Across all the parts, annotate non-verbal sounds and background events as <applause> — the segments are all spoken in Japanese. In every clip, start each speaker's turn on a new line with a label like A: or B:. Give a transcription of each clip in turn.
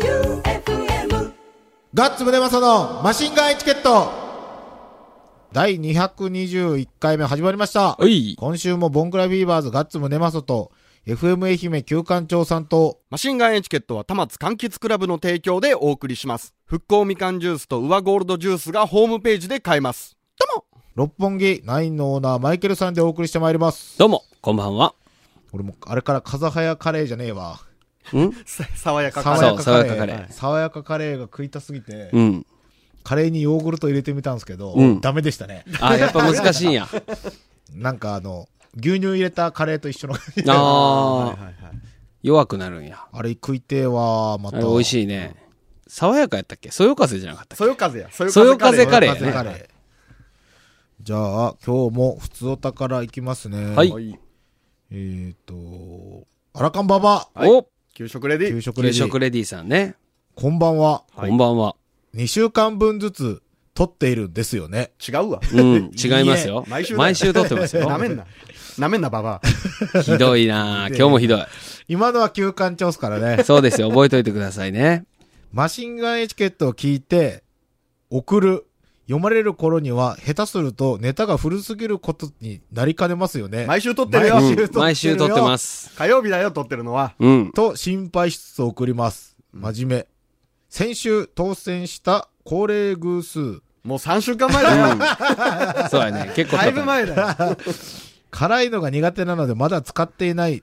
A: J-O-E-U-F-M
B: ガッツムネマソのマシンガンエチケット第221回目始まりました。
C: おい
B: 今週もボンクラフィーバーズガッツムネマソと FM 愛媛旧館長さんと
C: マシンガンエチケットは、たまつ柑橘クラブの提供でお送りします。復興みかんジュースと上ゴールドジュースがホームページで買えます。
B: 六本木ナインのオーナーマイケルさんでお送りしてまいります。
D: どうも、こんばんは。
B: 俺もあれから風早カレーじゃねえわ。
C: さ爽やか
B: 爽
C: か
B: や
C: ら
B: か
D: そう
B: カ
D: 爽や
B: レ
D: かカレ
B: ー。
D: ー
B: 爽やかカレーが食いたすぎて、
D: うん。
B: カレーにヨーグルト入れてみたんですけど、
D: うん
B: ダメでしたね。
D: あ、やっぱ難しいん <laughs> や。
B: なんかあの、牛乳入れたカレーと一
D: <laughs>
B: 緒の感じで
D: ああ、弱くなるんや。
B: あれ食いてえわ、ま
D: あ
B: た。
D: れ美味
B: い。
D: しいね。爽やかやったっけそよ風じゃなかったっ
C: そよ風や。そ
D: そよ風
C: カ
D: カ
C: レ
D: レ
C: ー
D: ー
B: カレーねじゃあ、今日も普通おたからいきますね。
D: けはい。。
B: えっ、ー、と、アラカンババア、
D: お
C: 給食レディ
B: 給。食レ
D: 給
B: ディ
D: 食。レディーさんね。
B: こんばんは。
C: は
D: こ
C: い
D: んばんは。
B: 2週間分ずつ撮っているんですよね。
C: 違うわ。
D: うん、違いますよ。
C: 毎週だよ
D: 毎週撮って <laughs> ますよ。
C: なめんな。なめんな、ババ
D: ひどいな今日もひどい。。
B: 今のは休館長っすからね
D: <laughs> そうですよ。覚えといてくださいね。
B: マシンガンエチケットを聞いて、送る。読まれる頃には、下手するとネタが古すぎることになりかねますよね。
C: ア。毎週撮ってるよ
D: う。
B: 週撮っ
D: ん
B: てるよ
D: 毎週撮ってます。
C: 火曜日だよ、撮ってるのは。
D: うん。
B: と心配しつつ送ります。真面目。先週当選した高齢偶数。
C: もう3週間前だよ。
D: そうやね。結構
C: だ
D: 撮
C: い
D: って
C: ぶ
D: ます。
C: 前だよ。
B: 辛いのが苦手なのでまだ使っていない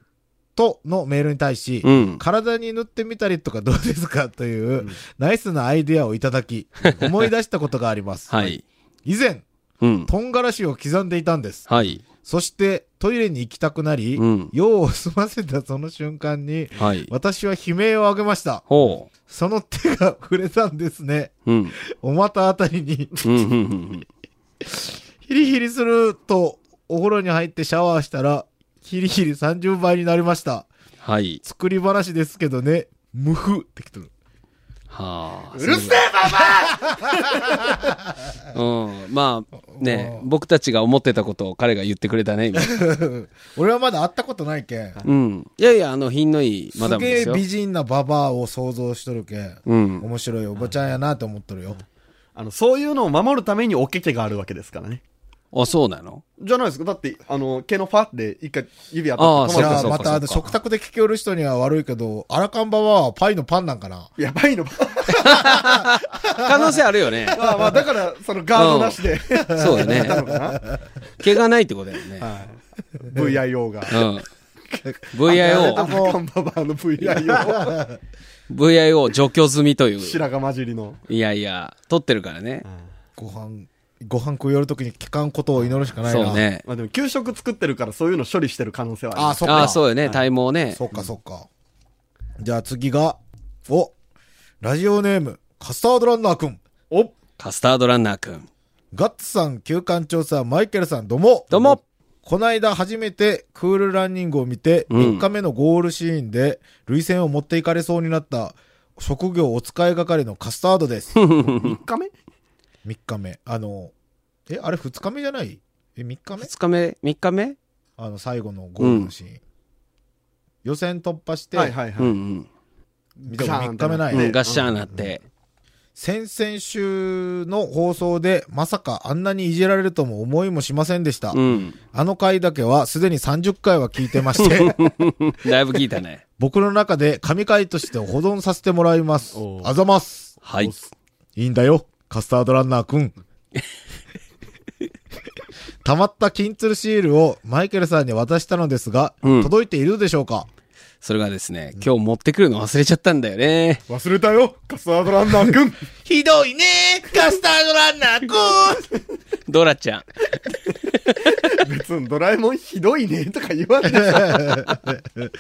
B: とのメールに対し、
D: うん。
B: 体に塗ってみたりとかどうですかという、ナイスなアイデアをいただ
D: <laughs>
B: き、思い出したことがあります。
D: はい。
B: 以前、
D: うん。
B: トンガラシを刻んでいたんです。
D: はい。
B: そして、トイレに行きたくなり、
D: うん
B: 用を済ませたその瞬間に、
D: はい。
B: 私は悲鳴を上げました。
D: ほ
B: その手が触れたんですね。
D: う。うん。
B: お股あたりに、
D: うん。うんうん。
B: ヒリヒリすると、お風呂に入ってシャワーしたら、ヒリヒリ30倍になりました。
D: はい。
B: 作り話ですけどね、無風ってきてる。
D: はあ。
C: うるせえ
D: うん。まあ、ね、僕たちが思ってたことを彼が言ってくれたね、今。
B: 俺はまだ会ったことないけん。
D: うん。いやいや、あの、品のいいマ
B: す
D: ダムで
B: げえ
D: すよ。
B: 美人なババアを想像しとるけん。
D: うん。
B: 面白いおばちゃんやなって思っとるよ。
C: あの、そういうのを守るためにおけけがあるわけですからね。
D: あ、そうなの
C: じゃないですか。だって、あの、毛のファって一回指当
D: あ
C: た
D: あ
C: って
B: じ
C: 止
D: そう
C: ま
B: ゃ
D: か
B: あまたあ
D: そうか
C: る。
B: の
D: そうか
B: 食卓で聞きおる人には悪いけど、アラカンババアはパイのパンなんかな。
C: やばいの。
D: 可能性あるよね。
C: まあまあ、だから、そのガードなしで。 <laughs>
D: そうよね。毛がないってことだよね。
C: VIO が。
D: うん。
B: あ
D: VIO、
C: 看板ババアの VIO。
D: VIO 除去済みという。
C: 白髪混じりの。
D: いやいや、取ってるからね。
B: ご飯、ご飯食いよるときに聞かんことを祈るしかないな。
D: そう。ね。
C: まあでも、給食作ってるから、そういうの処理してる可能性はあり
B: あ
C: ま
B: あ、
C: す。
B: そっか。
D: ああ、そうよね。体毛ね
B: そ。っかそっか。じゃあ次が、お、ラジオネーム、カスタードランナーくん。
C: お
D: カスタードランナーくん。
B: ガッツさん、旧館長さん、マイケルさん、どうも。
D: どうも。
B: こないだ初めてクールランニングを見て、
D: う
B: 3
D: ん
B: 日目のゴールシーンで、涙腺を持っていかれそうになった、職業お使い係のカスタードです。3
C: 3日目
B: 日目。あの、え、あれ2日目じゃないえ、3日目
D: 2日目、3日目
B: あの、最後のゴールのシーン。予選突破して、
C: はいはいは
D: う
C: い。
D: ん
B: 見たこと3日目な
D: う
B: い
D: ん。
B: ね。
D: うん。ガッシャーなって。
B: 先々週の放送で、まさかあんなにいじられるとも思いもしませんでした。
D: うん。
B: あの回だけはすでに30回は聞いてまして、
C: <laughs>
D: だいぶ聞いたね。
B: 僕の中で神回として保存させてもらいます
C: お。う
B: あざます。
D: はい。
B: いいんだよ、カスタードランナーくん。 <laughs> 溜まった金鶴シールをマイケルさんに渡したのですが、
D: うん
B: 届いているでしょうか
D: それがですね、今日持ってくるの忘れちゃったんだよね。
C: 忘れたよカスタードランナーくん
B: ひどいねカスタードランナーく
C: <laughs>
B: ん
D: ドラちゃん。
C: 別にドラえもんひどいねとか言わないでしょ。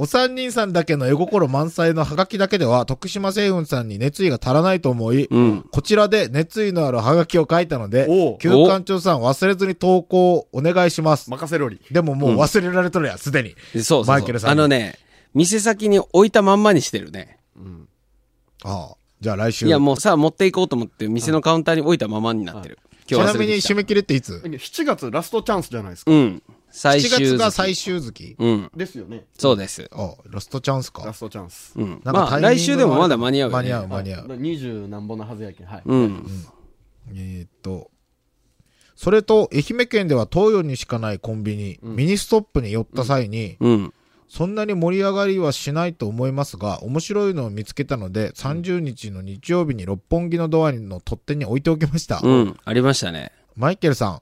B: お三人さんだけの絵心満載のハガキだけでは、徳島製粉さんに熱意が足らないと思い、
D: うん。
B: こちらで熱意のあるハガキを書いたので
C: おう、
B: 旧館長さん忘れずに投稿をお願いします。
C: 任せろり。
B: でももう忘れられとるやん、すでに。
D: そうそうそう
B: マイケルさんに
D: あのね、店先に置いたまんまにしてるね。
B: ああ。じゃあ来週。
D: いやもうさ、持っていこうと思って、店のカウンターに置いたままになってる。
B: ち
D: 今日
B: な
D: 忘
B: み
D: れ
B: に
D: てきた
B: 締め切りっていつ
C: 7月ラストチャンスじゃないですか。
D: うん。
B: 7
D: 最終
B: 月が
D: 月。
B: 最終月
D: うん。
C: ですよね。
D: そうです。
B: あ、ラストチャンス
C: ラ
B: か。
C: ストチャンス。
D: うん。
B: なんか
D: ま
B: タイミ
D: あ、
B: ングが
D: 来週でもまだ間に合うよ
B: 間
D: ね
B: に合う間に合う。
C: 二十何本のはずやけん。はい。
D: うん。
B: えーっと、それと、愛媛県では東洋にしかないコンビニ、ミニストップに寄った際に、
D: うん。
B: そんなに盛り上がりはしないと思いますが、面白いのを見つけたので、30日の日曜日に六本木のドアの取っ手に置いておきました。
D: うん。ありましたね。
B: マイケルさん、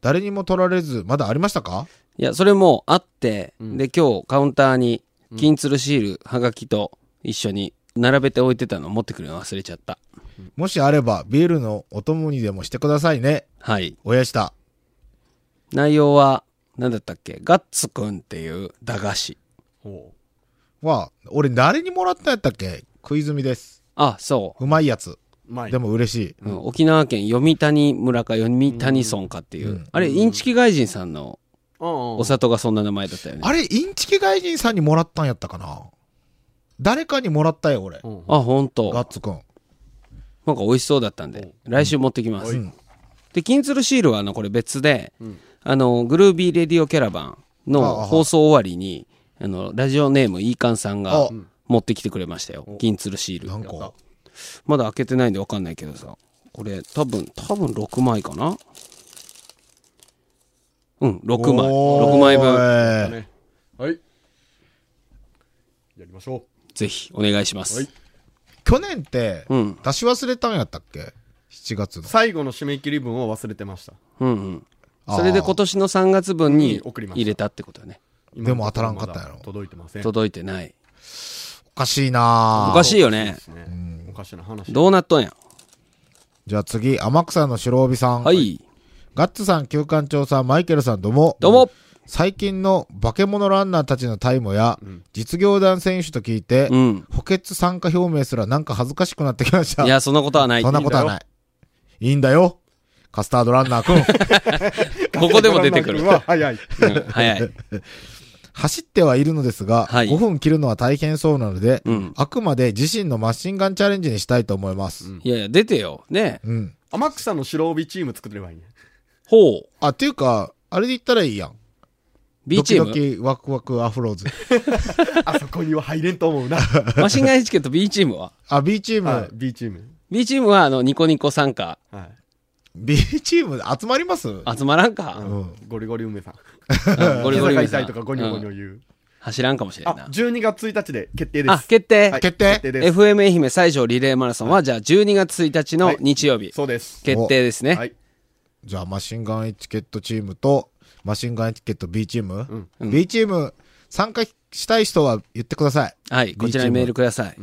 B: 誰にも取られず、まだありましたか
D: いや、それもあって、で、今日カウンターに、金鶴シール、はがきと一緒に並べて置いてたの持ってくるの忘れちゃった。
B: もしあれば、ビールのお供にでもしてくださいね。
D: はい。
B: 親下。
D: 内容は、何だったっけガッツくんっていう駄菓子。
C: ほ
B: は、俺誰にもらったやったっけ食い済みです。
D: あ、そう
B: まいやつ。
C: う。まあ、
B: でも嬉しい。
D: う。うん、沖縄県読谷村か読谷村かっていう。あれ、インチキ外人さんの
C: うんうん、
D: お里がそんな名前だったよね。
B: あれ、インチキ外人さんにもらったんやったかな誰かにもらったよ、俺。
C: うん
D: あ、ほんと。
B: ガッツくん。
D: なんか美味しそうだったんで、来週持ってきます。
B: ん
D: で、金鶴シールはあの、これ別で、あの、グルービーレディオキャラバンの放送終わりに、あの、ラジオネームイーカンさん
B: あ
D: が持ってきてくれましたよ。金鶴シール。
B: なんか、
D: まだ開けてないんでわかんないけどさ。これ、多分、多分6枚かなうん、6枚。
B: おー
D: 6枚分。
B: え
C: ね。はい。やりましょ
D: ぜひ、お願いしま
C: は
D: す
C: い。
B: 去年って、
D: うん。
B: 出し忘れたんやったっけ ?7 月の
C: う。。最後の締め切り分を忘れてました。
D: うんうん。
B: あー
D: それで今年の3月分に
C: うん送りました
D: 入れたってことだね。
B: でも当たらんかったんやろ
C: 今のところまだ届いてません。
D: 届いてない。
B: おかしいな
D: お
B: ぁ
D: かしいよね
C: で。すねおかしな話。
D: どうなっとんや。
B: じゃあ次、天草の白帯さん。
D: はい。
B: ガッツさん、旧館長さん、マイケルさん、どうも。
D: どうも。
B: 最近の化け物ランナーたちのタイムや、実業団選手と聞いて、
D: うん。
B: 補欠参加表明すらなんか恥ずかしくなってきました。
D: いや、そんなことはない。
B: そんなことはない。いいんだよ。カスタードランナー
D: <laughs>
B: くん。
D: ここでも出てく
C: <laughs>
D: る。
C: は早い。
D: うん早い。
B: 走ってはいるのですが、
D: はい
B: 5分切るのは大変そうなので、
D: うん
B: あくまで自身のマシンガンチャレンジにしたいと思います。
D: いやいや、出てよ。ね
B: うん。
C: 天草の白帯チーム作ってればいいね。
D: ほう。
B: あ、っていうか、あれで言ったらいいやん。
D: B チー
B: ド
D: ム。
B: キドキワクワクアフローズ。
C: あそこ <laughs> には入れんと思うな。
D: マシンガンエチケット B チームは
B: あ、B チーム、
C: はい、B チーム。
D: ?B チームは、あの、ニコニコ参加。
C: はい。
B: B チーム集まります
D: 集まらん
C: あ
D: か。
C: のゴリゴリ梅さん。
D: うんゴリゴリ
C: 膝が
D: 梅さ
C: 痛
D: ん。
C: いとかゴニョゴニ
D: う
C: ョ
D: ん
C: 言う。
D: 走らんかもしれ
C: あ
D: んな、。
C: 12月1日で決定で
D: あ、
C: す。
D: 決定。
C: はい
B: 決定
C: です。
D: FM 愛媛最上リレーマラソンは、じゃあ12月1日の日曜日。
C: そうです。
D: 決定です
C: は
D: ね。
C: い。
B: じゃあ、マシンガンエチケットチームと、マシンガンエチケット B チーム、
D: うん
B: ?B チーム、参加したい人は言ってください。
D: はい。こちらにメールください。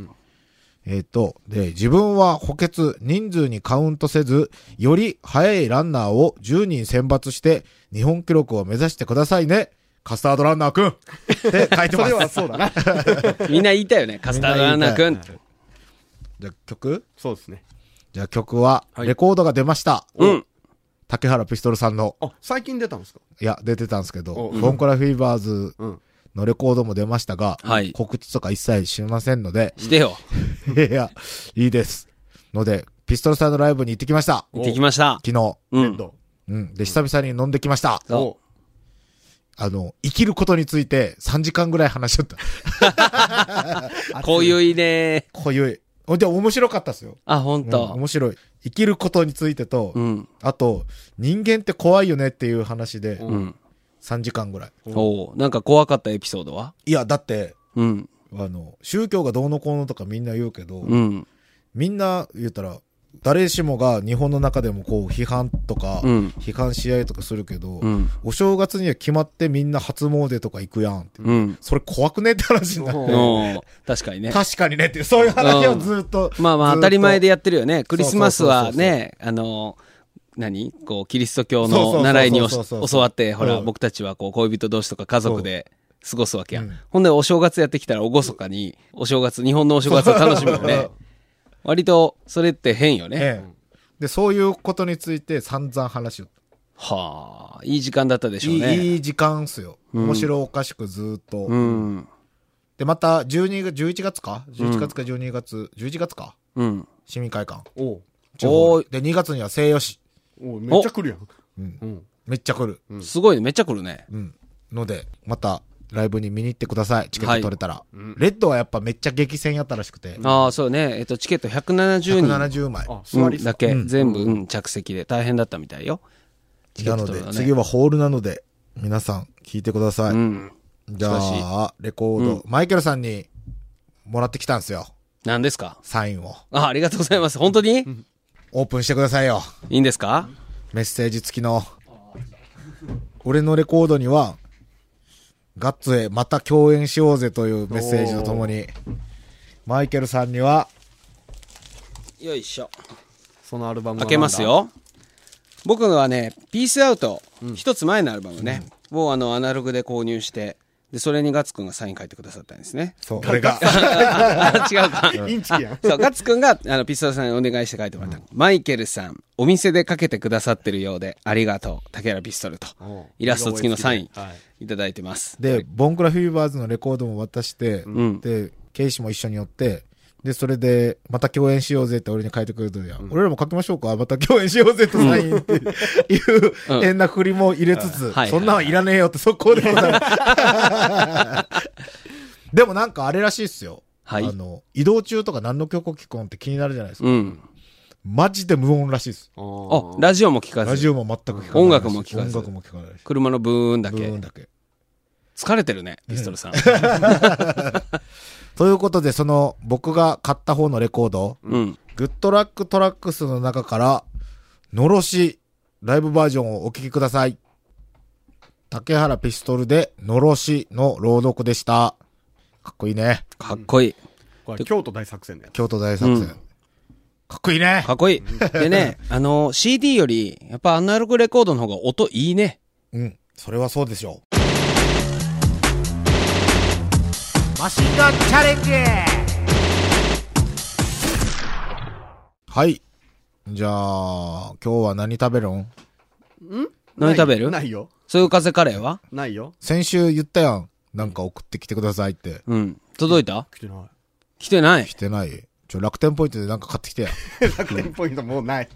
B: えっ、と、で、自分は補欠、人数にカウントせず、より速いランナーを10人選抜して、日本記録を目指してくださいね。カスタードランナーくんって書いて
C: そ
B: ま
C: れ
B: す。
C: はそうだな。
D: みんな言いたい
C: <laughs>
D: よね。カスタードランナーくん。
B: じゃあ曲
C: そうですね。
B: じゃあ曲は、レコードが出ました。
D: うん。
B: 竹原ピストルさんの、
C: あ、最近出たんですか
B: いや、出てたんですけど、
C: おうん
B: ボンコラフィーバーズ
C: うん。
B: のレコードも出ましたが、
D: はい
B: 告知とか一切しませんので、 <laughs>
D: してよ。
B: いや、いいです。ので、ピストルさんのライブに行ってきました。
D: 行ってきました。
B: 昨日。
D: うん。
C: ど
B: うん。で、久々に飲んできました。
C: う
D: そう
C: お
B: あの、生きることについて3時間ぐらい話しちゃった。
D: こういういね。
B: こういう。ほんで、面白かったですよ。
D: あ、ほん
B: うん
D: と。
B: 面白い。生きることについてと、
D: うん。
B: あと、人間って怖いよねっていう話で、
D: うん。
B: 3時間ぐらい。
D: おうなんか怖かったエピソードはい
B: や、だって、
D: うん。
B: あの、宗教がどうのこうのとかみんな言うけど、
D: うん。
B: みんな言ったら、誰しもが日本の中でもこう批判とか、
D: うん
B: 批判し合いとかするけど、
D: うん。
B: お正月には決まってみんな初詣とか行くやんって。
D: うん。
B: それ怖くねって話になって。
D: おう確かにね。
B: 確かにねっていう、そういう話をずっと。
D: まあまあ
B: ずっと
D: 当たり前でやってるよね。クリスマスは
B: そうそうそう
D: ね、あの、何こう、キリスト教
B: そうそうそうそ
D: の
B: う
D: 習いにお
B: そうそうそう
D: 教わって、ほら、
B: うん
D: 僕たちはこう、恋人同士とか家族で過ごすわけや。
B: うん
D: ほんで、お正月やってきたら、おごそかに、お正月、日本のお正月を楽しむよ
B: <laughs>
D: ね。割と、それって変よね。
B: ええで、そういうことについて散々話を。
D: はあ、いい時間だったでしょ
B: いうい
D: ね。
B: いい時間っすよ。面白おかしくずっと。
D: うん。
B: で、また、12月、11月か ?11 月か12月、11月か
D: うん。
B: 市民会館。
C: おう
B: 地方
D: おー
B: で、2月には西予市。
C: おうめっちゃ来るやん。うん。
B: めっちゃ来る。
D: すごいね。めっちゃ来るね。
B: うん。ので、またライブに見に行ってください。チケット取れたら。
C: ん
B: レッドはやっぱめっちゃ激戦やったらしくて、
D: ああ、そうね。えっと、チケット170人。
B: 170枚。
C: あ、
D: う
C: 座
D: ん
C: りっす
D: だ
C: か
D: け、全部、うん、着席で大変だったみたいよ。チケ
B: な
D: ット
B: の
D: 取る
B: で、
D: のね
B: 次はホールなので、皆さん聞いてください。
D: うん。
B: じゃあ、レコード、マイケルさんにもらってきたんですよ。
D: 何ですか
B: サインを。
D: あありがとうございます。本当に
B: オープンしてくださいよ。
D: いいんですか
B: メッセージ付きの。俺のレコードには、ガッツへまた共演しようぜというメッセージとともに、マイケルさんには、
D: よいしょ。
C: そのアルバムは
D: 開けますよ。僕はね、ピースアウト、一、つ前のアルバムね、をあの、アナログで購入して、で、それにガッツくんがサイン書いてくださったんです <laughs> ね。
B: そう、俺が、
D: あ、違うか。
C: インチキやん。
D: そう、ガッツくんが、あの、ピストルさんにお願いして書いてもらったの、マイケルさん、お店でかけてくださってるようで、ありがとう、竹原ピストルと
C: おう、
D: イラスト付きのサイン
C: はい、
D: いただいてます。
B: で、ボンクラフィーバーズのレコードも渡して、で、ケイシも一緒に寄って、で、それで、また共演しようぜって俺に書いてくれてるやん。俺らも書きましょうかまた共演しようぜとサインっていう、変な振りも入れつつ、
D: はい
B: そんなんはいらねえよって速攻でございます。でもなんかあれらしいっすよ。
D: はい
B: あの、移動中とか何の曲を聴くんって気になるじゃないですか。
D: うん。
B: マジで無音らしいっす。
D: あ
C: お、
D: ラジオも聞か
B: ラジ
D: ず、
B: オも全く聴かないらしい。
D: 音楽も聴かず
B: 音楽も聴かないらしい。
D: 車のブーンだ
B: 無
D: け
B: 音。だけ。
D: 疲れてるね、ピストルさん。
B: ということで、その、僕が買った方のレコード、
D: うん。
B: グッドラックトラックスの中から、のろし、ライブバージョンをお聴きください。竹原ピストルで、のろしの朗読でした。かっこいいね。
D: かっこいい。
C: これ京都大作戦だよ。
B: 京都大作戦。
D: うん
B: かっこいいね
D: か。っこいい。でね、あの、CD より、やっぱアナログレコードの方が音いいね。
B: うん。それはそうでしょう。マシンガンチャレンジはい。じゃあ、今日は何食べるん
D: 何食べる
C: ないよ。
D: そういう風カレーは
C: ないよ。
B: 先週言ったやん。なんか送ってきてくださいって。
D: うん。届いた
C: 来てない。
D: 来てない
B: 来。てない。ちょ、楽天ポイントでなんか買ってきてや。 <laughs>
C: <laughs> 楽天ポイントもうない。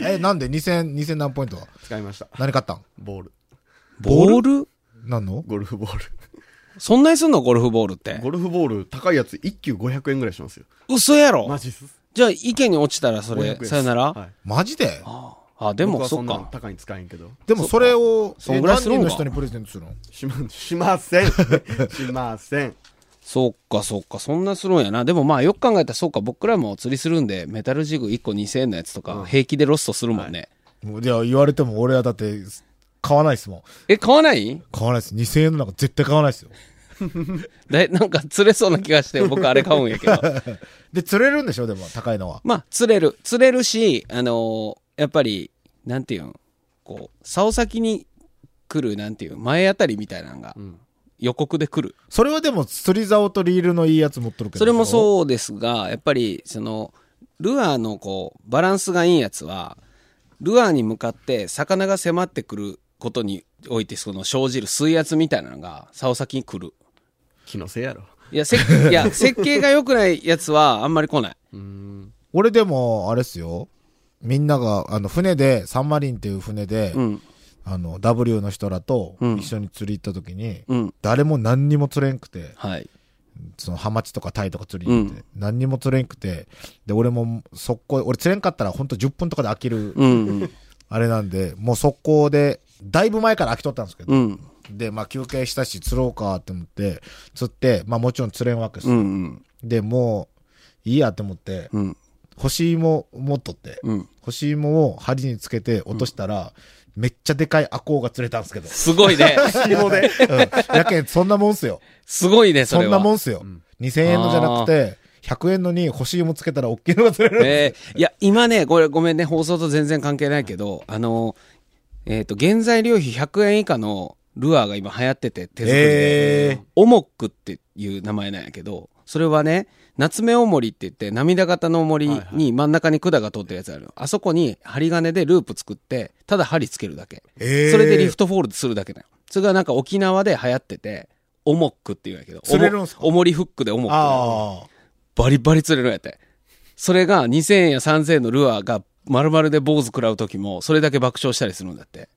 B: え、なんで2000、2000何ポイントは
C: 使いました。
B: 何買ったん
C: ボール。
D: ボール
B: 何の
C: ゴルフボール。
D: そんなにすんのゴルフボールって。
C: ゴルフボール、高いやつ1球500円ぐらいしますよ。
D: 嘘やろ
C: マジっす。
D: じゃあ、池に落ちたらそ
C: 500
D: れ
C: 円、です
D: さよなら、
C: はい
B: マジで
D: あ、で
C: 僕
D: も、
C: は
D: そ
C: そ
D: っ
C: んな
D: か。
C: 高いに使えんけど。
B: でもそれを、
D: そ
B: え
D: んぐらい
B: 何
D: するん
B: 人
D: か
B: の人にプレゼントするの
C: しま、し
D: <laughs>
C: ません。しません。
D: そっか、そっか、そんなするんやな。でもまあ、よく考えたら、そうか、僕らも釣りするんで、メタルジグ1個2000円のやつとか、平気でロストするもんね。
B: もうじゃあ言われても俺はだって、買わないっすもん。
D: え、買わない
B: 買わないっす。2000円の中絶対買わないっすよ。
D: だいなんか釣れそうな気がして、僕あれ買うんやけど。
B: で、釣れるんでしょでも、高いのは。
D: まあ、釣れる。釣れるし、あのーやっぱり、なんていうん、こう、竿先に来る、なんていうん、前あたりみたいなのが、予告で来る。
B: それはでも、釣り竿とリールのいいやつ持っとるけど。
D: それも
B: う。
D: そうですが、やっぱり、その、ルアーのこう、バランスがいいやつは、ルアーに向かって魚が迫ってくることにおいて、その生じる水圧みたいなのが、竿先に来る。
C: 気のせいやろ。
D: いや、せっい <laughs> や設計が良くないやつは、あんまり来ない。
C: うーん。
B: 俺でも、あれっすよ。みんなが、あの、船で、サンマリンっていう船で、
D: うん。
B: あの、W の人らと一緒に釣り行った時に、
D: うん。
B: 誰も何にも釣れんくて、
D: はい。
B: そのハマチとかタイとか釣りに行って、何にも釣れんくて、で、俺も速攻、俺釣れんかったらほんと10分とかで飽きる、
D: うん。
B: あれなんで、もう速攻で、だいぶ前から飽きとったんですけど、
D: うん。
B: で、まあ休憩したし釣ろうかって思って、釣って、まあもちろん釣れんわけです
D: う
B: よ、
D: ん。
B: で、もう、いいやって思って、
D: うん。
B: 干し芋持っとって、
D: うん。
B: 干し芋を針につけて落としたら、めっちゃでかいアコウが釣れたんですけど。
D: すごい
B: <laughs>
D: ね。
C: 紐で。
B: うんやけん、そんなもんっすよ。
D: すごいね、そ
B: そ
D: れ
B: ん
D: は。
B: なもんっすよ。2000円のじゃなくて、100円のに欲しいもつけたら大きいのが釣れる。
D: えーいや、今ね、これごめんね、放送と全然関係ないけど、あの、えっ、と、原材料費100円以下のルアーが今流行ってて、手作りで。
B: えー
D: オモックっていう名前なんやけど、それはね、夏目オモリって言って、涙型の重り
C: はいは
D: に真ん中に管が通ってるやつあるのあそこに針金でループ作って、ただ針つけるだけ。
B: えー
D: それでリフトフォールするだけだよ。それがなんか沖縄で流行ってて、オモックっていうんやけど。
B: 釣れるんすか
D: おも重りフックでオモックなの。
B: ああ。
D: バリバリ釣れるんやって。それが2000円や3000円のルアーが丸々で坊主食らう時も、それだけ爆笑したりするんだって。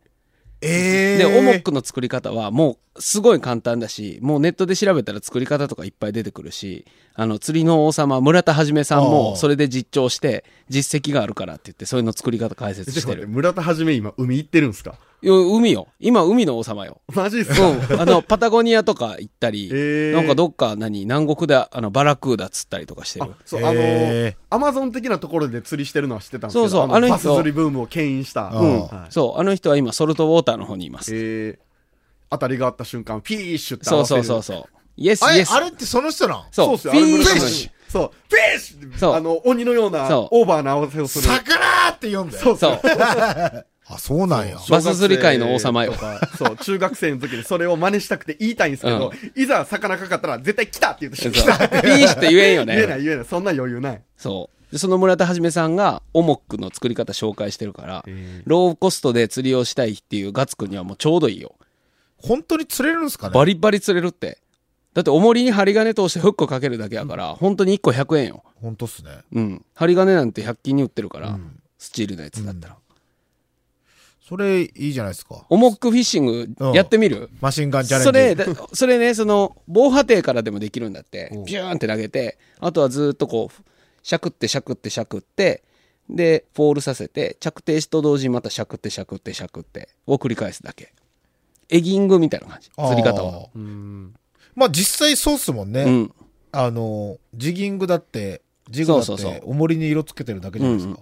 B: ええ
D: で、オモックの作り方はもうすごい簡単だし、もうネットで調べたら作り方とかいっぱい出てくるし、あの、釣りの王様、村田はじめさん
B: あ
D: も
B: あ
D: それで実調して、実績があるからって言って、それの作り方解説
C: ちょっと
D: して
C: 待っ
D: る。
C: て、村田はじめ今海行ってるんすか
D: いや海よ。今、海の王様よ。
C: マジっすか、
D: うん。あ
C: <laughs>
D: の、パタゴニアとか行ったり、
C: えー
D: なんかどっか何、南国で、あの、バラクーダ釣ったりとかして
C: あ
D: る。
C: そう、あの
B: へー
C: アマゾン的なところで釣りしてるのは知ってたんですけ
D: そ
C: ど、
D: うそう
C: あの
D: あの人
C: パス釣りブームを牽引した。
B: あー
C: うんはい
D: そう、あの人は今、ソルトウォーターの方にいます。
C: えー、当たりがあった瞬間、ピーッシュって合
D: そう
C: わせ
D: そ
C: る
D: うそうそう。イエス
B: あ
D: イ
B: れ
D: エ、ス。
B: あれってその人なん
D: そう、フ
C: そうっすよあれ
D: ィッ
C: 村田
D: シ
C: は
B: フィッ
D: ュ
B: シ。
C: そう、フィッシュ
D: そう
C: あの、鬼のような
D: そう
C: オーバーな合わせをする。
B: 魚って呼んだよ。
C: そう
D: そう。
B: あ、そうなんや。
D: バス釣り界の王様よ
C: 小学生とかそう、中学生の時にそれを真似したくて言いたいんですけど、いざ魚かかったら絶対来たって言う
D: そ
C: と、
D: う
C: 来たって
D: ピーシュって言えんよ
C: 言えな
D: ね。
C: い言えない、そんな余裕ない。
D: そう。でその村田はじめさんが、オモックの作り方紹介してるから、ローコストで釣りをしたいっていうガツくんにはもうちょうどいいよ。
B: 本当に釣れるんすかね
D: バリバリ釣れるって。だって、重りに針金通してフックをかけるだけやから、本当に1個100円よ。
B: 本当っすね。
D: うん。針金なんて100均に売ってるから、スチールのやつだったら。
B: それ、いいじゃないですか。
D: オモックフィッシングやってみる、
B: マシンガンチャレンジ。
D: それ、だそれね、その、防波堤からでもできるんだって、ビューンって投げて、あとはずーっとこう、しゃくってしゃくってしゃくって、で、フォールさせて、着底しと同時にまたしゃくってしゃくってしゃくって、を繰り返すだけ。エギングみたいな感じ。釣り方は。
B: あー。まあ実際そうっすもんね。
D: うん。
B: あの、ジギングだって、ジグだって、
D: そうそうそう
B: 重りに色つけてるだけじゃないですか。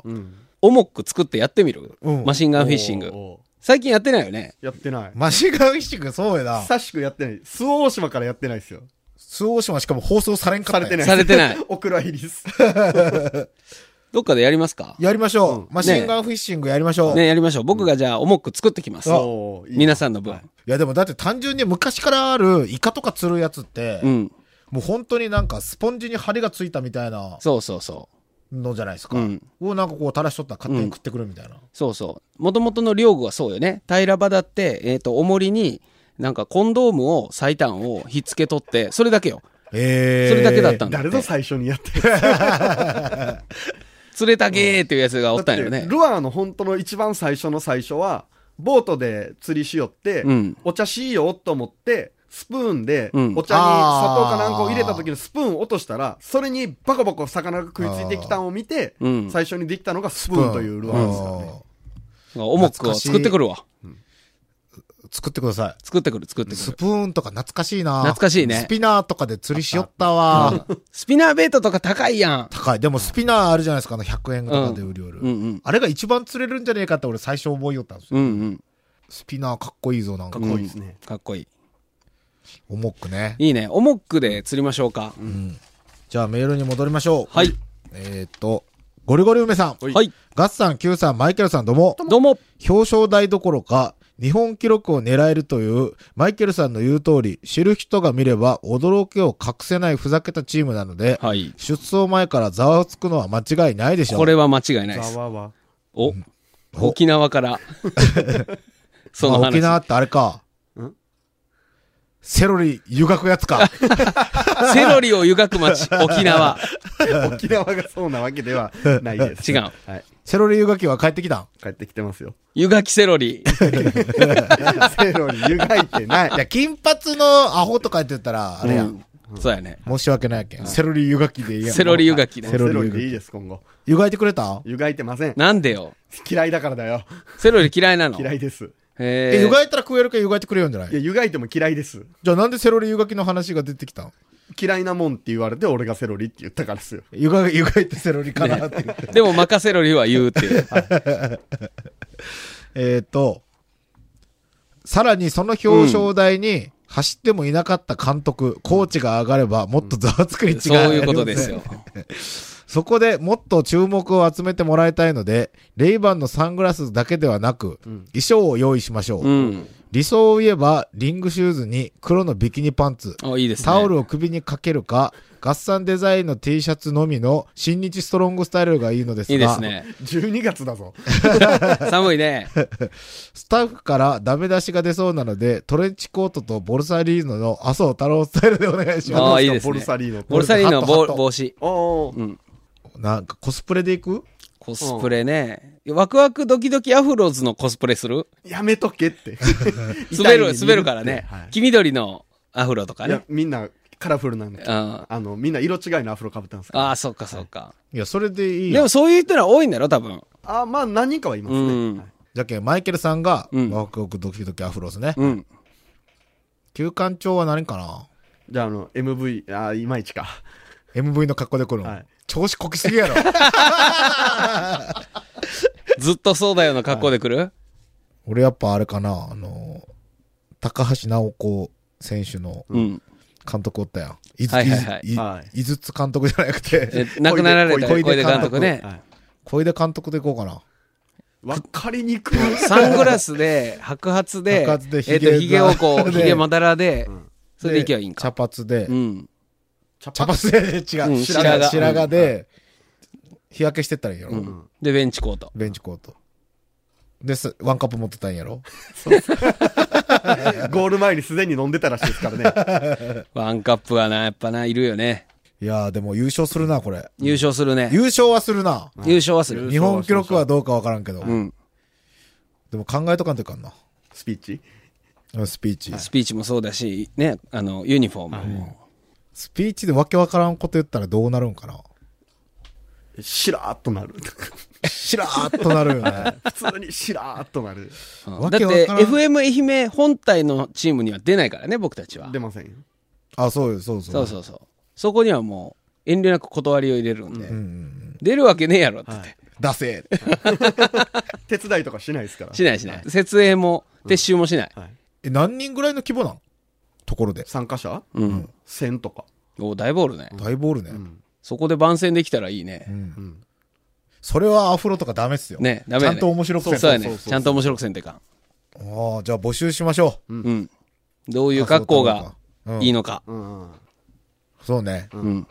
D: オモック作ってやってみる、
B: うん
D: マシンガンフィッシング
C: おー。お
D: 最近やってないよね。
C: ーやってない。
B: マシンガンフィッシングそうやな。
C: 久しくやってない。周防大島からやってないですよ。
B: 周防大島しかも放送されんか
C: さ
B: ったよ
C: れてない。
D: されてない。
C: <laughs> オクラ入りです。
D: どっかでやりますか
B: やりましょう、
C: う
B: マシンガンフィッシングやりましょう。
D: ね、やりましょう。僕がじゃあ、オモック作ってきます。
C: おーいいな
D: 皆さんの分。
B: いやでもだって単純に昔からあるイカとか釣るやつって、
D: うん。
B: もう本当になんかスポンジに針がついたみたいな
D: そうそうそう。
B: のじゃないですか。
D: うん
B: をなんかこう垂らしとったら勝手に食ってくるみたいな。
D: そうそう。もともとの漁具はそうよね。平場だって、えっ、と、重りに、なんかコンドームを、最短をひっつけとって、それだけよ。
B: えー
D: それだけだったんだっ
C: 誰
D: て。
C: ぞ最初にやってる。
D: 釣れたげーっていうやつがおったんよ
C: だっ
D: ね
C: て。ルアーの本当の一番最初の最初は、ボートで釣りしよって、
D: うん
C: お茶しようと思って、スプーンで、
D: うん
C: お茶に砂糖かなんかを入れた時のスプーンを落としたら、それにバコバコ魚が食いついてきたのを見て、
D: うん
C: 最初にできたのがスプーンというルアーですからね。
D: オモックを作ってくるわ。
B: うん作ってください。
D: 作ってくる、作って
B: ス
D: く
B: プーンとか懐かしいな。
D: 懐かしいね
B: スピナーとかで釣りしよったわ。
D: る。スピナーベイトとか高いやん。
B: 高い。でもスピナーあるじゃないですか、あの100円とかで売りよる。
D: うんうん。
B: あれが一番釣れるんじゃねえかって俺最初思いよったんですよ。
D: うんうん。
B: スピナーかっこいいぞ、なんか
C: か。っこいいですね。
D: かっこいい。
B: オモックね。
D: いいね。オモックで釣りましょうか。
B: じゃあメールに戻りましょう。
D: はい。
B: えーっと、ゴリゴリ梅さん。
D: はい。
B: ガッさん、Q さん、マイケルさん、どうも。
D: どうも。
B: 表彰台どころか、日本記録を狙えるという、マイケルさんの言う通り、知る人が見れば驚きを隠せないふざけたチームなので、
D: はい。
B: 出走前からざわつくのは間違いないでしょう。
D: これは間違いないで
C: ざ
D: す。
C: わ <laughs> わ。
D: お、沖縄
C: <laughs>
D: から。その
B: まあ沖
D: 話。
B: 縄ってあれか。セロリ湯がくやつ
D: <laughs>
B: か。
D: セロリを湯がく町、
B: <laughs>
D: 沖縄。
C: 沖縄がそうなわけではないです。
D: 違う
C: はい。
B: セロリ湯がきは帰ってきたん。
C: 帰ってきてますよ。 <laughs>
D: 湯がきセロリ。
C: セロリ湯がいてない
B: い。や、金髪のアホとか言ってたら、あれやん。
D: そうやね。
B: 申し訳ないけん。セロリ湯がきでいいやん。
D: セロリ湯がきね
B: セ
C: セ
B: ロリ
C: ロ
B: 湯
C: リ
B: が
C: でいい
B: き。
C: です、今後。
B: 湯がいてくれた
C: 湯がいてません。
D: なんでよ。
C: 嫌いだからだよ。
D: セロリ嫌いなの。
C: 嫌いです。
D: え
B: え、
D: ー
B: 湯がいたら食えるか湯がいてくれよんじゃない
C: いや、湯がいても嫌いです。
B: じゃあなんでセロリ湯がきの話が出てきたん
C: 嫌いなもんって言われて、俺がセロリって言ったからですよ。
B: 湯が、湯がいてセロリかなって言って。
D: でも、マカセロリは言うっていう。
B: <laughs> えっと、さらにその表彰台に、走ってもいなかった監督、コーチが上がれば、もっとざわつくに違い
D: そういうことですよ。
B: そこでもっと注目を集めてもらいたいので、レイバンのサングラスだけではなく、衣装を用意しましょう。
D: うん。
B: 理想を言えば、リングシューズに黒のビキニパンツ、
D: あ、いいですね。
B: タオルを首にかけるか、合算デザインの T シャツのみの新日ストロングスタイルがいいのですが、
D: いいで
B: <laughs>
D: すね。
C: 12月
D: <laughs>
C: だぞ。
D: 寒いね。
B: スタッフからダメ出しが出そうなので、トレンチコートとボルサリーノの麻生太郎スタイルでお願いし
D: あ
B: ま
D: ーいいですね
C: ボルサリーノって。
D: ボルサリーノ
B: ハットハッ
D: 帽
B: ト
D: 帽子。
C: おー
B: す。なんかコスプレで行く
D: コスプレね。ワクワクドキドキアフローズのコスプレする
C: やめとけって。
D: <laughs> 滑る、滑るからね
C: はい。
D: 黄緑のアフロとか
C: いや
D: ね。、
C: みんなカラフルなんで。
D: あ
C: あの、みんな色違いのアフロ被ったんですけど。
D: あ
C: あ
D: ー、そっかそっか。
B: いや、それでいい
D: で
B: よ。
D: もそういう人ら多いんだろ、多分。
C: あ、まあ何人かはいますね。
D: うん
C: はい
B: じゃけん、マイケルさんが、
D: うん
B: ワクワクドキドキアフロですね。
D: うん。
B: 休館長は何かな
C: じゃあ、あの、MV、あー、いまいちか。
B: ?MV の格好で来るの。
C: はい
B: 調子こきすぎや
D: <laughs>
B: ろ。
D: ずっとそうだよの格好で来る
B: 俺やっぱあれかな、あの、高橋直子選手の
D: うん。
B: 監督おったやん。いず、
D: はいはいはい
B: いず
C: はい
B: いずつ監督じゃなくて、
D: え亡くなられた
B: 小出
D: 小出
B: 監
D: 監
B: 督
D: 督ね。
C: はい。
B: 小出監督でいこうかな。
C: わかりにくい。
D: サングラスで、白髪で、
B: 白髪で
D: えっと、
B: ひげ
D: 髭
B: が
D: をこう、
B: で
D: 髭まだらで
C: ん、
D: それでいけばいいんか。
B: 茶髪で、
D: うん。
B: 茶髪で <laughs> 違う、
C: <laughs>
D: うん
B: 白
D: 白
B: 髪
D: 髪
B: 白髪で、日焼けしてったらいいんやろ、
D: うんで、ベンチコート。
B: ベンチコート。で、すワンカップ持ってたんやろ
C: ゴール前にすでに飲んでたらしいですから
D: <laughs>
C: ね。
D: ワンカップはな、やっぱな、いるよね。
B: いやーでも優勝するな、これ。
D: 優勝するね。
B: 優勝はするな。
D: 優勝はす
C: 優
D: る。
B: 日本記録はどうかわからんけど、
D: うん。
B: でも考えとかんといかんな。
C: スピーチ。
B: うんスピーチ。
D: スピーチもそうだし、ね、あの、ユニフォームも。
B: スピーチでわけわからんこと言ったらどうなるんかな。
C: しらーっとなる。 <laughs>
B: しらーっとなるよね。
D: <laughs>
C: 普通にしらーっとなる。
D: うん
B: わ
D: だ
B: け
D: っ
B: わ
D: て、
B: からん
D: FM 愛媛本体のチームには出ないからね、僕たちは
C: 出。ませんよ。
B: あ、そうよ、そうそう。
D: そうそうそう。そこにはもう、遠慮なく断りを入れるんで
B: う。んうん
D: 出るわけねえやろって言って。
B: うん。出せ。
C: 手伝いとかしないですから。
D: しないしない。設営も、撤収もしない。
C: はい。
B: え、何人ぐらいの規模なんところで。
C: 参加者
D: うん。
C: 1000とか。
D: お大ボールね。
B: 大ボールね。
D: そこで番宣できたらいいね。
B: それはアフロとかダメっすよ。
D: ね、ダメや
B: ちゃ
D: ね。
B: んと面白くせんと
D: そうや
C: そう
D: ね。
C: そうそう
D: ちゃんと面白くせんてか
B: ああ、じゃあ募集しましょう。
D: ん。うん。どういう格好がいいのか。
C: うんうん。
B: そうね。
D: うん。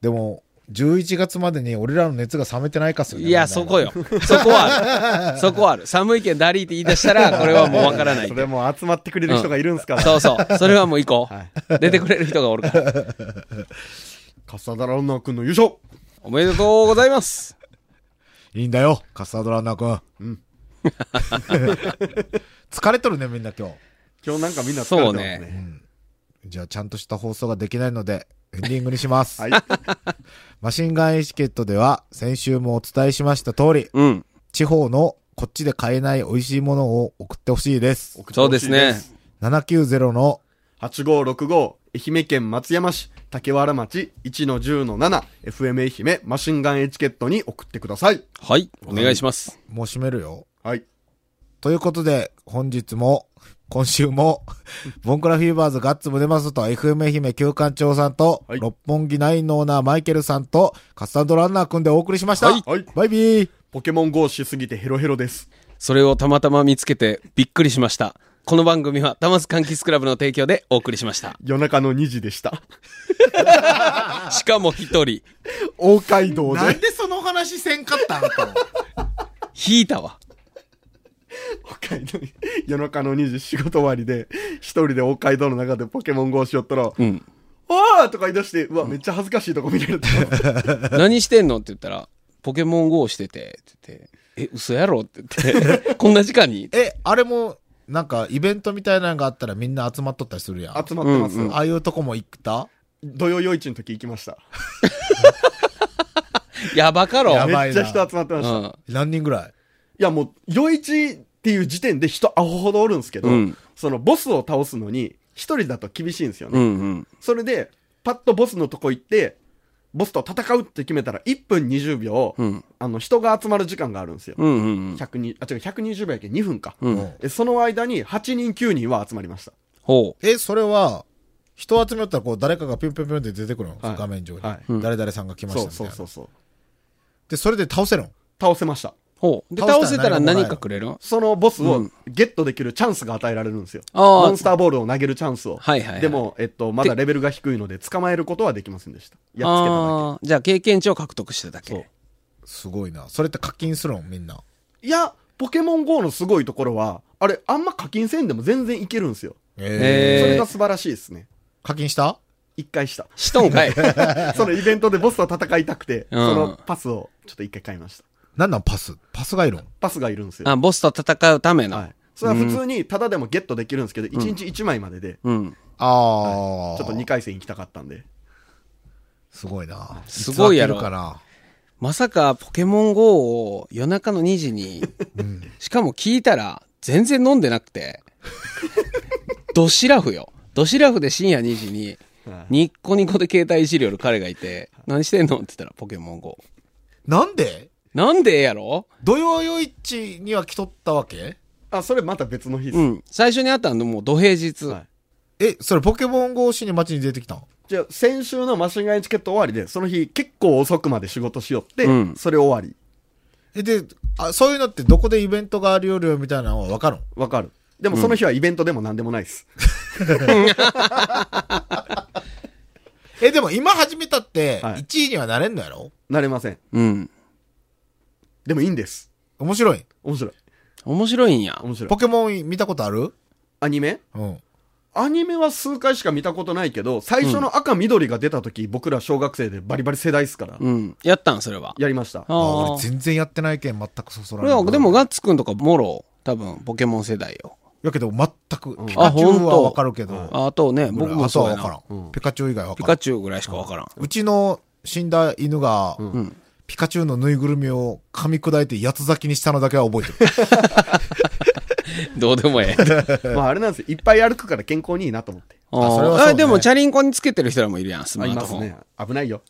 B: でも、11月までに俺らの熱が冷めてないかっすよね。
D: いや、
B: 問題は
D: そこ。よ。そこはある。そこはある。寒いけんダリーって言い出したら、これはもうわからない
C: そ。れもう集まってくれる人がいるんすから。
D: そうそう。それはもう行こ。
C: はいう
D: 出てくれる人がおるから。
C: カスタダランナー君の優勝
D: おめでとうございます。
B: いいんだよ、カスタードランナー君。うん。 <laughs> 疲れとるね、みんな今日。
C: 今日なんかみんな疲れてます
D: そう
C: ね。
B: じゃあ、ちゃんとした放送ができないので、エンディングにします。
C: はい。
B: <laughs> マシンガンエチケットでは、先週もお伝えしました通り、
D: うん。
B: 地方のこっちで買えない美味しいものを送ってほしいです。
D: そうですね。
B: 790の
C: 8565、愛媛県松山市、竹原町、1-10-7、FM 愛媛、マシンガンエチケットに送ってください。
D: はい。お願いします。
B: もう閉めるよ。
C: はい。
B: ということで、本日も、今週も、 <laughs> ボンクラフィーバーズガッツムネマソと FM 愛媛旧館長さんと、
C: はい
B: 六本木ナインのオーナーマイケルさんと、カスタードランナー君でお送りしました。
C: はいはい
B: バイビー。
C: ポケモン GO しすぎてヘロヘロです。
D: それをたまたま見つけてびっくりしました。この番組は、たまつかんきスクラブの提供でお送りしました。
C: 夜中の2時でした。 <laughs>
D: しかも一人、
C: 大街道で。
B: でその話せんかったん
D: 引いたわ。。
C: 北海道に夜中の2時仕事終わりで、一人で大街道の中でポケモン GO しよったら、うんわーとか言い出して、うわ、めっちゃ恥ずかしいとこ見ら <laughs> れた。
D: 何してんのって言ったら、ポケモン GO してて、って言って、え、嘘やろって言
C: <laughs>
D: って、こんな時間に
B: <laughs> え、あれも、なんか、イベントみたいなのがあったらみんな集まっとったりするやん。あ
C: 集まってます。あ
B: あいうとこも行った
C: 土曜夜市の時行きました。
D: やばかろ。
B: やばいな
C: めっちゃ人集まってま
D: う
C: した。い
D: ん。
B: 何人ぐらい
C: や、もう、夜市っていう時点で人アホほどおるんですけど、
D: うん
C: そのボスを倒すのに、一人だと厳しいんですよね。
D: うんうん。
C: それで、パッとボスのとこ行って、ボスと戦うって決めたら、1分20秒、
D: ん
C: あの、人が集まる時間があるんですよ。
D: うんうん
C: 100にあ、違う、120秒やけん2分か。
D: うん。う。
B: うんん
C: えその間に8人9人は集まりました。
D: ほ
B: え、それは、人集めよったらこう、誰かがピュンピュンピュンって出てくるの、
C: はい
B: 画面上に。
C: は
B: 誰々さんが来ましたみ
C: そ
B: た
C: う
B: いな。
C: そうそうそう。
B: で、それで倒せるの
C: 倒せました。
D: う。ほう。で、
B: 倒
D: 倒
B: せ
D: せ
B: た
D: た
B: ら
D: ら
B: 何もない
D: 何かくれる
C: そのボス
D: う
C: を
D: ん
C: ゲットできるチャンスが与えられるんですよ。
D: あー
C: モンスターボールを投げるチャンスを。
D: はいはいはい
C: でも、えっと、まだレベルが低いので捕まえることはできませんでした。やっつけただ
D: ああー、じゃあ経験値を獲得しただ
C: そう
D: け。
B: すごいな。それって課金するのみんな。
C: け。いや、ポケモン GO のすごいところは、あれ、あんま課金せんでも全然いけるんですよ。
D: へー。
C: それが素晴らしいですね。
B: 課金した
C: 一回した <laughs>
D: しとんかい。
C: そのイベントでボスと戦いたくて、
D: うん
C: そのパスをちょっと一回買いました。
B: なんなんパスパスがいるん
C: パスがいるんですよ。
D: あ、ボスと戦うための。
C: はい。それは普通にタダでもゲットできるんですけど、1日1枚までで、
D: うん。
B: ああ、
C: ちょっと2回戦行きたかったんで。
B: すごいな。
D: すごいやろ
B: いつ当てるかな。
D: まさかポケモン GO を夜中の2時に、しかも聞いたら全然飲んでな
B: <laughs>
D: くて、ドシラフよ。ドシラフで深夜2時に、
C: はい
D: ニッコニコで携帯いじるよる彼がいて、何してんのって言ったらポケモン GO。
B: なんで
D: なんでええやろ
B: 土曜夜市には来とったわけ
C: あ、それまた別の日です。
D: うん。最初に会ったのもう土平日。
C: はい
B: え、それポケモン GO しに街に出てきたん
C: じゃあ、先週のマシンガインチケット終わりで、その日結構遅くまで仕事しよって、
D: うん
C: それ終わり。
B: え、であ、そういうのってどこでイベントがありよるよみたいなのはわかるん
C: わかる。でもその日はイベントでも何でもないです。
B: え、でも今始めたって、
C: はい
B: 1位にはなれんのやろ
C: なれません。
D: うん。
C: でもいいんです。
B: 面白い。
C: 面白い。
D: 面白いんや。
C: 面白い
B: ポ。ケモン見たことある
C: アニメ
B: うん。
C: アニメは数回しか見たことないけど、最初の赤緑が出た時、僕ら小学生でバリバリ世代っすから、
D: うん。やったん、それは。
C: やりました。
D: あ
B: あ
D: あ
B: 俺全然やってないけん、全くそそら
D: こ
B: れ
D: れ
B: ん
D: は、でも、ガッツくんとかもろ、多分、ポケモン世代よ。
B: やけど全く、
C: ん
B: ピカチュ
D: あほん
B: ウは
D: と
B: わかるけど、
D: あとね、
B: 俺
D: 僕も
B: あと
D: そう
B: は
D: や
B: わから
D: な。
B: ん。ピカチュウ以外はわ
D: ピ
B: から
D: カ
B: ん。
D: チュウぐらいしかわからん。
B: うちの死んだ犬が、
D: うん。
B: ピカチュウのぬいぐるみを噛み砕いて八つ咲きにしたのだけは覚えてる。
D: どうでもええ。
C: まああれなんですよ。いっぱい歩くから健康にいいなと思って。
D: あ
B: それはそうね
D: あでも、チャリンコにつけてる人らもいるやん、スマ
C: あ、い
D: ー
C: ま
D: トフ
C: す
D: ォン。
C: ね。危ないよ。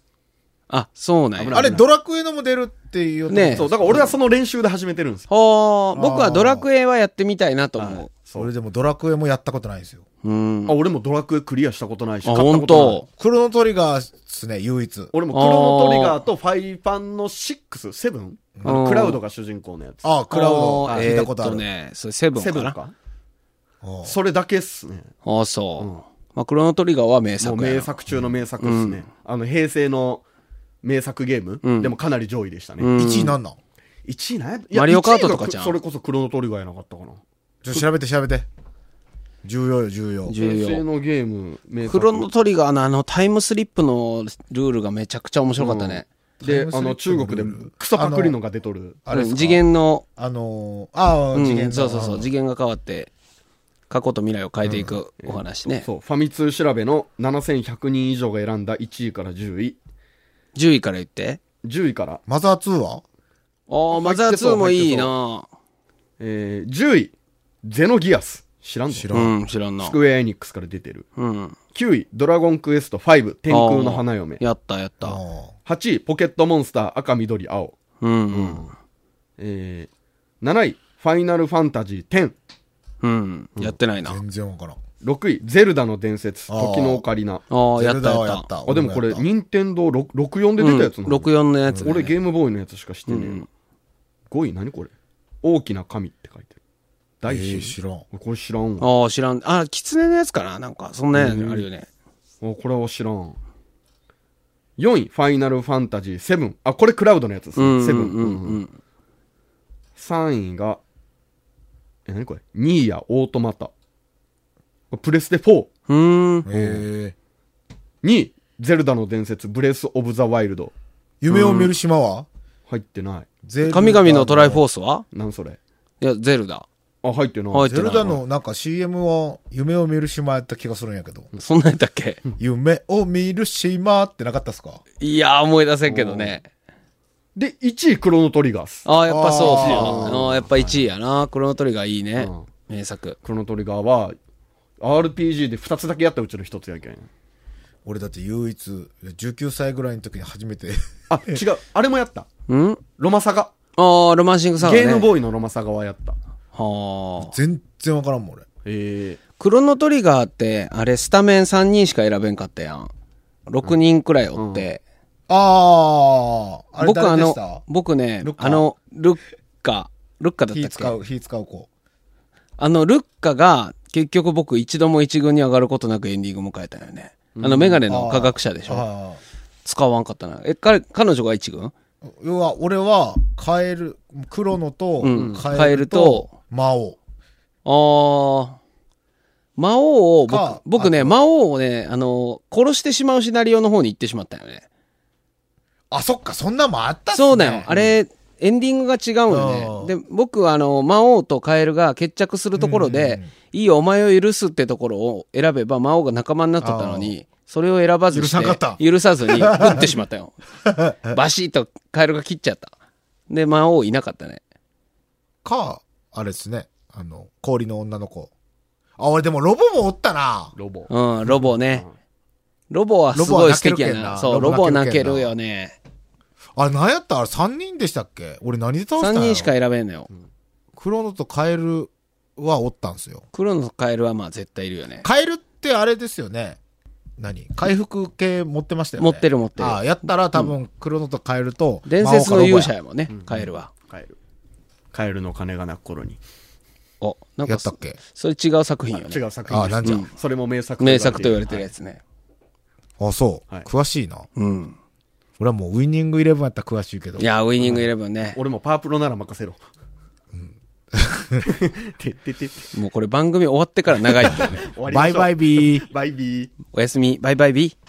D: あ、そうなんや。
B: あれ、ドラクエのも出るっていう
D: ねえ
C: そう、だから俺はその練習で始めてるんですよ。
D: ほー、
B: あー
D: 僕はドラクエはやってみたいなと
C: は
D: 思。
C: いうそう
B: 俺でもドラクエもやったことないんですよ。
D: うん。
C: あ、
D: あ、
C: 俺もドラクエクリアしたことないし、買った
D: 本
C: ことない
D: 当。。
B: クロノトリガーっすね、唯一。
C: 俺もクロノトリガーとファイパンの6、セブンあの
D: うん
C: クラウドが主人公のやつ。
B: ああ、クラウド、
D: あー
B: 聞いたことあ
D: えーっ
B: る。
D: ね、それセブン
C: セブ
D: か
C: ン
D: な。
C: か。
B: うん
C: それだけっすね。
D: ああ、そう。まあ、クロノトリガーは名
C: もう
D: 作やな。
C: 名作中の名作っすね。あの、平成の名作ゲーム、でもかなり上位でしたね。
D: うん
B: 1位なんなん
C: 1位なんやい
D: マリオカート
C: 1位が
D: とかじゃん
C: それこそクロノトリガーやなかったかな。
B: ちょっと調べて調べて。重要よ、重要。
D: 重
C: 平成
D: 要。
C: のゲーム、名
D: ク
C: 作。
D: ロノトリガーのあのタイムスリップのルールがめちゃくちゃ面白かったね。
C: で、
B: タ
C: あ
B: イムスリップのルール
C: の、中国でクソパクリのが出とる。
B: あれっ
D: う
B: す
D: ん
B: か
D: 次。元の、
B: あのー、ああ、
D: うん
B: 次元の
D: そうそうそう、次元が変わって、過去と未来を変えていくお話ね。
C: そう、ファミ通調べの7100人以上が選んだ1位から10位。
D: 10位から言って。
C: 10位から、
B: マザー2は
D: ああ、マザー2もいいな
C: えー、10位、ゼノギアス。知らんの
B: 知
C: ス
B: ら。
D: うんん、知らんな。
C: クエアエニックスから出てる。
D: うん。
C: 9位、ドラゴンクエスト5、天空の花嫁。
D: やった、やった。
B: あ
C: 8位、ポケットモンスター、赤、緑、青。
D: うん、うん。
C: えー、7位、ファイナルファンタジー10。
D: うん。やってない
B: あ
D: な。
B: 全然わからん。
C: 6位、ゼルダの伝説、
B: あー
C: 時のオカリナ。
D: ああ、や
B: ゼ
D: っ
B: ル
D: た
B: ダ
D: や
B: は
D: った。
B: やった。
C: あ、でもこれ、
B: 俺やっ
C: 任天堂6 64で出たやつな
D: うん、
C: の、
D: 64のやつだね、
C: 俺ゲームボーイのやつしか知ってねえな。5位、何これ大きな神って書いてる。
B: た
C: 大
B: えー
C: 師。
B: 知らん。
C: これ知らんわ。あ、
D: ああ、知らん。ああ、狐のやつかななんか、そんなやつあるよね。
C: これは知らん。4位、ファイナルファンタジー7。あ、これクラウドのやつです
D: うん。
C: ね。セブン
D: うんうんうん。
C: 3位が、え、何これニーヤ、オートマタ。これプレステ4。
D: うん。うん
B: えー
C: 2位、ゼルダの伝説、ブレス・オブ・ザ・ワイルド。
B: 夢を見る島は
C: 入ってない。
B: ゼルダ
D: 神々のトライフォースは
C: なんそれ。
D: いや、ゼルダ。
C: あ、入ってない。
D: 入って
B: ゼルダのなんか CM は夢を見る島やった気がするんやけど。
D: そんなんやったっけ
B: 夢を見る島ってなかったっすか
D: いやー、思い出せんけどね。
C: で、1位、クロノトリガーっす。
D: ああ、やっぱそうか。
B: あ
D: ああ、やっぱ1位やな。クロノトリガーいいね。名作。
C: クロノトリガーは、RPG で2つだけやったうちの1つやけん。
B: 俺だって唯一、19歳ぐらいの時に初
D: <laughs>
B: めて。
C: あ、違う。あれもやった。
D: うん
C: ロマサガ。
D: ああ、ロマンシングサガ、ね。
C: ゲームボーイのロマサガはやった。
D: はあ。
B: 全然わからんもん俺。
C: え
D: クロノトリガーって、あれ、スタメン3人しか選べんかったやん。6人くらいおって。
B: あー、あれ
D: 僕あ
B: 誰でし
D: の
B: た、
D: 僕ね
B: ルッ、カ
D: あの、ルッカ、ルッカだった
B: 火
D: っ
B: 使
D: け
B: う、火使う子。
D: あの、ルッカが、結局僕一度も一軍に上がることなくエンディング迎えたよね。あの、メガネの科学者でしょ
B: あ
D: 使わんかったな。え、彼、彼女が一軍
B: ー要は、俺は、カエル、黒のと
D: うん、
B: カエルと、魔王。
D: あー。魔王を、僕
B: か、
D: 僕ね、魔王をね、あの、殺してしまうシナリオの方に行ってしまったよね。
B: あ、そっか、そんなんもあったっすね
D: そうだよ。あれ、エンディングが違うんで、
B: あ
D: で、僕はあの、魔王とカエルが決着するところで、いいお前を許すってところを選べば魔王が仲間になっとったのに、それを選ばずにして
B: 許さんかった
D: 許
B: <laughs>
D: さずに、打ってしまったよ。バシッとカエルが切っちゃった。で、魔王いなかったね。
B: か、あれですね。あの、氷の女の子。あ、俺でもロボもおったな。
C: ロボ。
D: うん、ロボね。ロボはすごい素敵や
B: ロボは泣けるけん
D: な。
B: な
D: そ
B: ロ
D: う、ロ
B: ボ
D: ボ
B: は泣
D: 泣
B: けるけん
D: け
B: な
D: るよね。
B: あれ、何やったあれ3人でしたっけ俺何で倒した
D: 3
B: んやろ
D: 人しか。選べんのよ。
B: クロノとカエルはおったんすよ。
D: 黒のカエルはまあ絶対いるよね。
B: カエルってあれですよね。何回復系持ってましたよね。
D: 持ってる持ってる
B: あやったら多分、クロノとカエルと、
D: 伝説の勇者
B: や。
D: やもんね、カエルは。
C: カエル。カエルの鐘が鳴く頃に。
D: お、なん
B: や
D: か
B: ったっ
D: そ、
B: け
D: それ違う作品よ
C: 違
D: ね。
C: う作品
B: あなんじゃ
C: うんそれも名作
D: 名作と言われて
C: い
D: る
C: る
D: やつね。
B: あ、そう。
C: はい
B: 詳しいな。
D: うん。
B: 俺はもうウイニングイレブンやったら詳しいけど。
D: いや、ウィニングイレブンね。
C: 俺もパープロなら任せろ。 <laughs> てってってって
D: もうこれ番組終わってから長いんだよね。 <laughs>
C: 終わりま
B: バ
C: し
B: イ
C: ょう
B: バイビー。
C: バイビー。
D: おやすみ、バイバイビー。